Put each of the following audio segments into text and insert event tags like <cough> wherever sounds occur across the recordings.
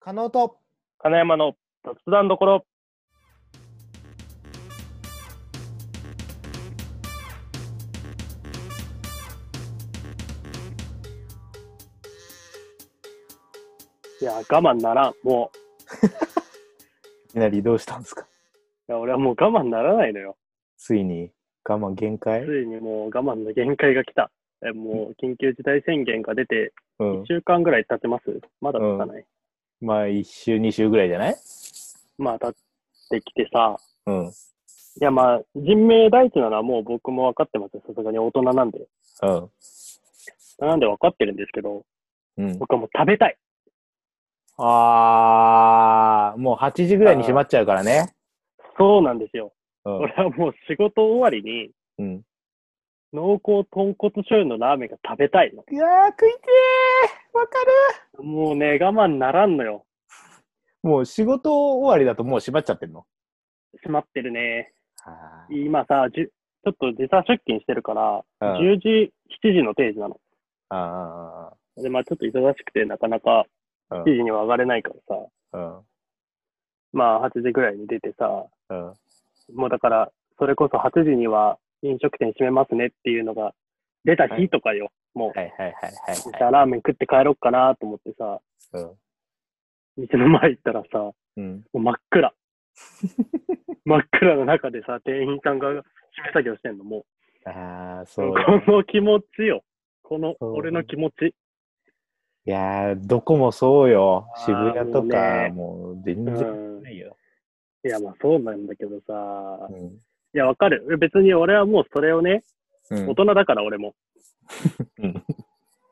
加納と金山の雑談どころ。いや、我慢ならん、もう。いきなりどうしたんですかいや、俺はもう我慢ならないのよ。ついに我慢限界ついにもう我慢の限界が来た。えもう緊急事態宣言が出てう1ん。週間ぐらい経ってます。まだ経たない。まあ、一週、二週ぐらいじゃないまあ経ってきてさ、うん。うん。いやまあ人命第一なのはもう僕も分かってますよ。さすがに大人なんで。なんで分かってるんですけど、うん。僕はもう食べたい。あー、もう8時ぐらいに閉まっちゃうからね。そうなんですよ。うん。俺はもう仕事終わりに、うん。濃厚豚骨醤油のラーメンが食べたいの。いやー、食いてーわかるもうね、我慢ならんのよ。もう仕事終わりだともう閉まっちゃってんの閉まってるね。あー今さ、じゅちょっと時差出勤してるから、うん10時、7時の定時なの。あで、まあちょっと忙しくて、なかなかー。 7時には上がれないからさ、うん。まあ8時ぐらいに出てさ、うん。うん。もうだから、それこそ8時には飲食店閉めますねっていうのが出た日とかよ。もう、はいはいはいじはいゃはあい。ラーメン食って帰ろうかなと思ってさ、うん。店の前行ったらさ、もうん。う真っ暗。 <laughs> 真っ暗の中でさ、店員さんが締め作業してんの、もあー、う。 <laughs> そう。この気持ちよ。この、そう俺の気持ち。いやー、どこもそうよ。渋谷とあか、ーもう全う然ん。ないよ。いや、まあそうなんだけどさう。ん。いや、わかる。別に俺はもうそれをね、うん大人だから俺も。うん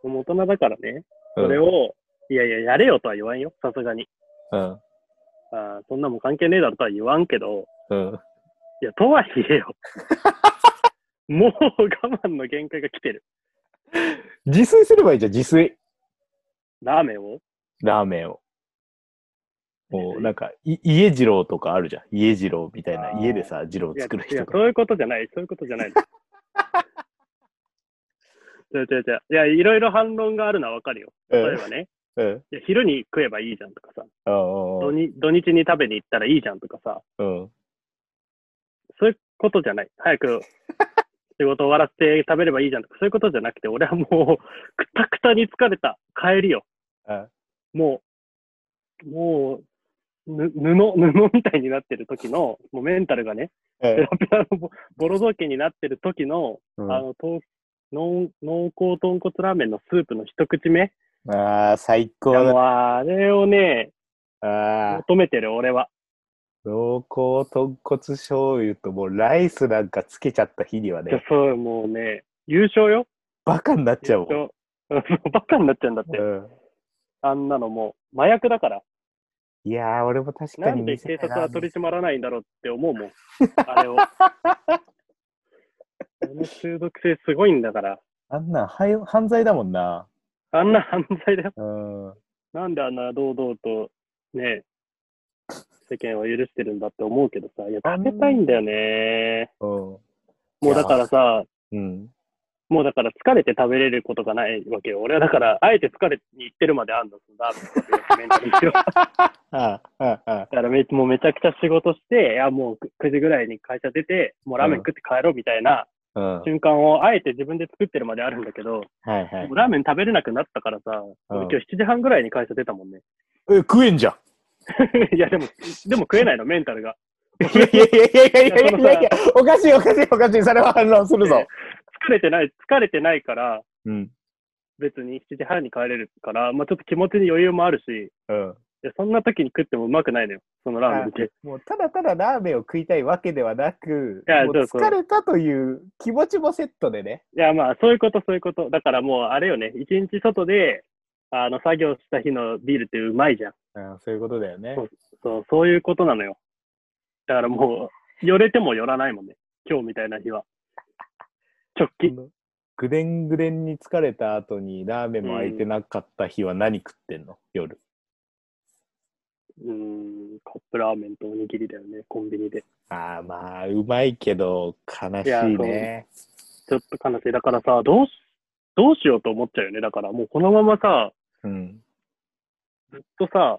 もう大人だからね、それを、いやいや、やれよとは言わんよ、さすがに。うん。あーそんなもん関係ねえだろとは言わんけど、うん。いや、とはいえ <laughs> よ。もう我慢の限界が来てる。自炊すればいいじゃん、自炊。ラーメンをラーメンを。もう、なんか、い家二郎とかあるじゃん。家二郎みたいあーな。家でさ、二郎いや作るいや人そうが。いうことじゃない、そういうことじゃない。違う違う違う。いや、いろいろ反論があるのはわかるよ。う例えん。ばね、うん。いや昼に食えばいいじゃんとかさうん土日、土日に食べに行ったらいいじゃんとかさ、うん。そういうことじゃない。早く <laughs> 仕事終わらせて食べればいいじゃんとか、そういうことじゃなくて、俺はもう、くたくたに疲れた。帰りよ。うんもう、もう、ぬ布、布みたいになってる時の、もうメンタルがね、ペ <laughs> ラペラのボボロ雑巾になってる時の、うんあの、と濃濃厚豚骨ラーメンのスープの一口目。ああ、最い高やもうだ。あれをね、ああ、求めてる俺は。濃厚豚骨醤油ともうライスなんかつけちゃった日にはじゃね、そう、もうね、優勝よ。バカになっちゃうもん。優勝。バカになっちゃうんだって。うんあんなのもう麻薬だから。いやー、俺も確かなにんで見せたい警な。察は取り締まらないんだろうって思うもん。 <laughs> あれを。あの中毒性すごいんだから。あんなんはい犯罪だもんな。あんな犯罪だよ。うん。うなんであんな堂々とね、世間を許してるんだって思うけどさ。いや、食べたいんだよね。ん。もうだからさ、うん。もうだから疲れて食べれることがないわけよ。俺はだから、あえて疲れに行ってるまであんの、そのラーメン食べるメンタル <laughs> にしようああ、ああ、あだからめもうめちゃくちゃ仕事して、いやもうく9時ぐらいに会社出て、もうラーメン食って帰ろうみたいなあ。うん。はい瞬間をあえて自分で作ってるまであるんだけど、はいもう。ラーメン食べれなくなったからさ、俺今日7時半ぐらいに会社出たもんね。 <laughs> え、食えんじゃん。いやでも、でも食えないの、メンタルが。いやいやいやいやいやいやい <laughs> やいや、おかしいおかしいおかしい、それは反論するぞ。疲れてない、疲れてないから、うん。別に7時半に帰れるから、まあちょっと気持ちに余裕もあるし、うん。いやそんな時に食ってもうまくないのよ、そのラーメンって。もうただただラーメンを食いたいわけではなく、いやもうそうそう疲れたという気持ちもセットでね。いやまあそういうこと、そういうこと。だからもうあれよね、一日外で、あの、作業した日のビールってうまいじゃん。うん、そういうことだよね。そう、そういうことなのよ。だからもう、寄れても寄らないもんね。今日みたいな日は。直帰。ぐでんぐでんに疲れた後にラーメンも空いてなかった日は何食ってんの夜。うーん、カップラーメンとおにぎりだよね、コンビニで。ああ、まあ、うまいけど、悲しいやいね。ちょっと悲しい。だからさ、どうし、どうしようと思っちゃうよね。だからもうこのままさ、うん。ずっとさ、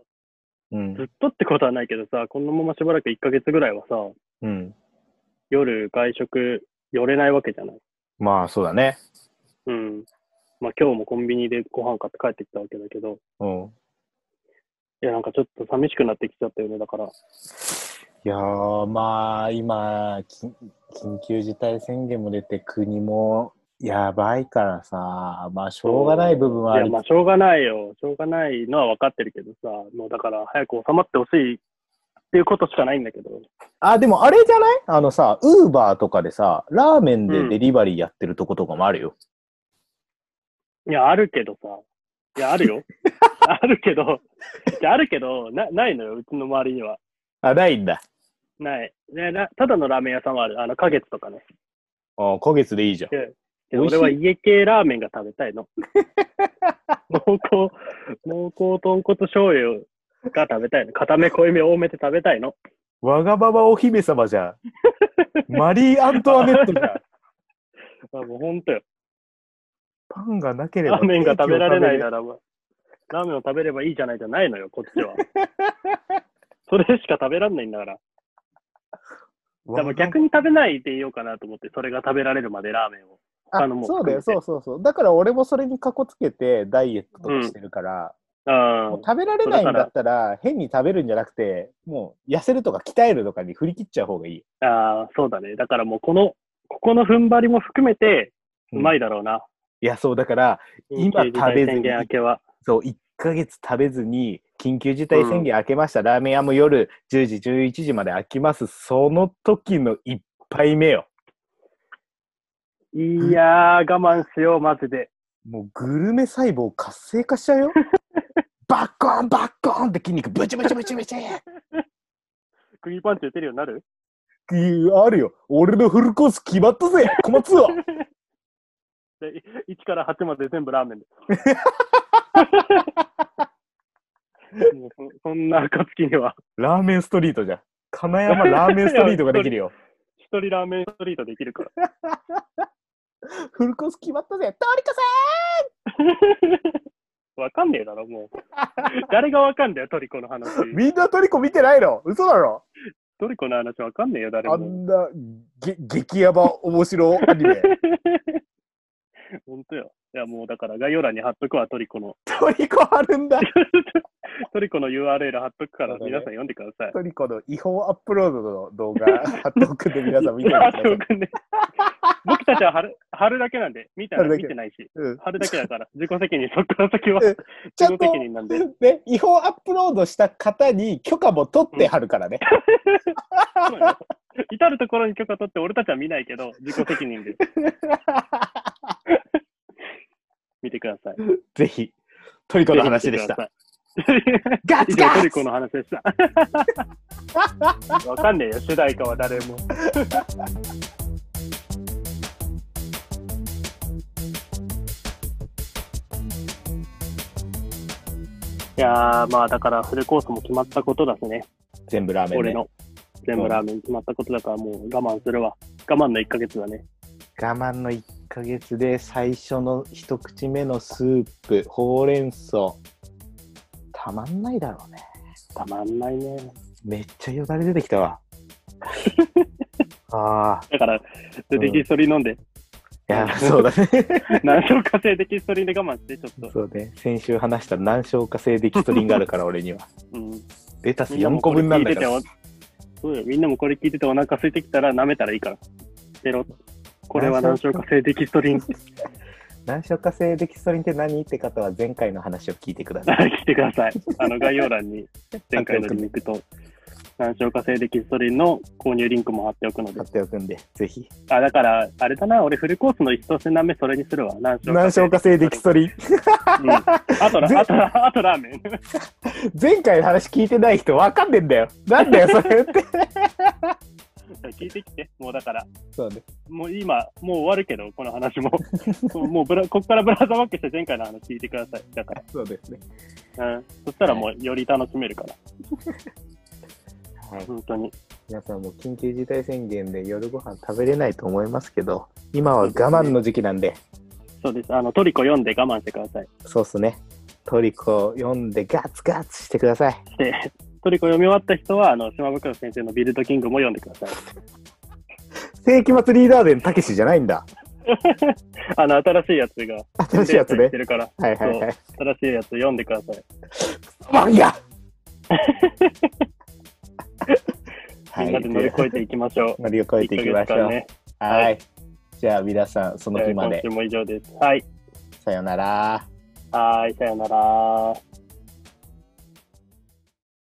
うんずっとってことはないけどさ、このまましばらく1ヶ月ぐらいはさ、うん。夜外食寄れないわけじゃない。まあ、そうだね。うん。まあ今日もコンビニでご飯買って帰ってきたわけだけど、うん。いやなんかちょっと寂しくなってきちゃったよね、だから。いやー、まあ、今、緊緊急事態宣言も出て、国もやばいからさ、まあ、しょうがない部分はあいやる。まあしょうがないよ。しょうがないのは分かってるけどさ、もうだから早く収まってほしいっていうことしかないんだけど。あ、でもあれじゃないあのさ、ウーバーとかでさ、ラーメンでデリバリーやってるとことかもあるよ。いや、あるけどさ。いや、あるよ。あるけど、いやあるけどな、ないのよ、うちの周りには。あ、ないんだ。ない。ね、なただのラーメン屋さんはある。あの、花月とかね。あ、今月でいいじゃん。けど美味しい俺は家系ラーメンが食べ <laughs> たいの。濃厚、濃厚豚骨醤油が食べたいの。固め濃いめ多めで食べたいの。わがままお姫様じゃ <laughs> ん。マリー・アントワネットじゃん。あもうほんとよ。 <laughs> パンがなければ。 <laughs> ラーメンが食べられないケーキを食 <laughs> ならば、ラーメンを食べればいいじゃないじゃないのよ、こっちは。それしか食べられないんだから。べる。でも逆に食べないでいようかなと思って、それが食べられるまでラーメンを。あ他のもそうだよ、含そうめそうそう。だから俺もそれにかこつけてダイエットとかしてるから、もうあ食べられないんだったら変に食べるんじゃなくて、もう痩せるとか鍛えるとかに振り切っちゃう方がいい。あああ、そうだね。だからもうこの、ここの踏ん張りも含めて、うまいい。だろうな。いや、そう、だから、今緊急事態食べずに宣言明けは。そう、1ヶ月食べずに、緊急事態宣言明けました、ラーメン屋も夜10時、11時まで開きます。その時の一杯目よ。いやー、我慢しよう、マジで。もうグルメ細胞活性化しちゃうよ。 <laughs> バッコンバッコンって筋肉ブチブチブチブチ釘パンチ打てるようになるいやあるよ。俺のフルコース決まったぜ小松はでい ?1 から8まで全部ラーメ <laughs> ンで。もうそそんな暁には、ラーメンストリートじゃん。金山ラーメンストリートができるよ。一人ラーメンストリートできるから。フルコース決まったぜトリコさわかんねえだろ、もう。誰がわかんだよ、トリコの話。んみんなトリコ見てないの嘘だろトリコの話わかんねえよ、誰あも。んなげ激ヤバ面白アニメ。ほんとよ。いや、もうだから概要欄に貼っとくわ、トリコの。トリコあるんだトリコの URL 貼っとくかそら、うだね皆さん読んでください。トリコの違法アップロードの動画、貼っておくんで皆さん見てみてくだ <laughs> さい。僕たちは貼る貼るだけなんで、見たら貼るだけ見てないし、うん、貼るだけだから、自己責任、そこから先はうん自ちゃん己と責、任なんで、ね、違法アップロードした方に許可も取って貼るからね。そうよ至るところに許可取って、俺たちは見ないけど、自己責任で見てください。ぜひ、トリコの話でした。。ガ以チ上、ガトリチコの話でした。わかんねえよ、主題歌は誰も。いやー、まあだからフルコースも決まったことだしね、全部ラーメン、ね。俺の。全部ラーメン決まったことだからもう我慢するわ。我慢の1ヶ月だね。我慢の1ヶ月で最初の一口目のスープほうれん草たまんないだろうねたまんないね。めっちゃよだれ出てきた <laughs> わあだから、デキストリ飲んで、 <laughs> あいやそうだね何とか性デキストリで我慢して、ちょっと。そうね先週話した難消化性デキストリンがあるから俺にはうんレタスみんな4も個これ分な聞んいだてかてらおそうよみんなもこれ聞いててお腹空いてきたら舐めたらいいから。ペロッこれは何何消消化化性デキストリン。 <laughs> 難消化性デキストリンって何って方は前回の話を聞いてくだ <laughs> さい来てください。あの概要欄に前回のリンクと、難消化性デキストリンの購入リンクも貼っておくので買。っておくんでぜひあ、だから、あれだな、俺フルコースの一品目それにするわ。難難消化性デキストリンリン。うんあとぜラ、あとラ、あとラーメン。 <laughs> 前回の話聞いてない人わかんねえんだよなんだよそれって聞いてきて、もうだから。 <laughs> そうねもう今、もう終わるけど、この話 <laughs> も。そうもうブラ、こっからブラザーバックして前回の話聞いてください。だかそうですねら。うん。そしたらもうより楽しめるから。はい本当に。皆さんも緊急事態宣言で夜ご飯食べれないと思いますけど今は我慢の時期なんでそうです。あの、トリコ読んで我慢してください。そうっすねトリコ読んでガツガツしてくださいして、トリコ読み終わった人は、あの、島袋先生のビルドキングも読んでください。世紀末リーダー伝たけしじゃないんだ。あの、新しいやつが、新しいやつ出ねて。るから、はいはいはい。新しいやつ読んでください。漫画は <laughs> みんなで乗り越えていきましょ乗り越う。えていきましょう。ね。は。はいじゃあ皆さん、そのえ日ーま今で週、も以上です。はい。さよなら。はい、さよなら。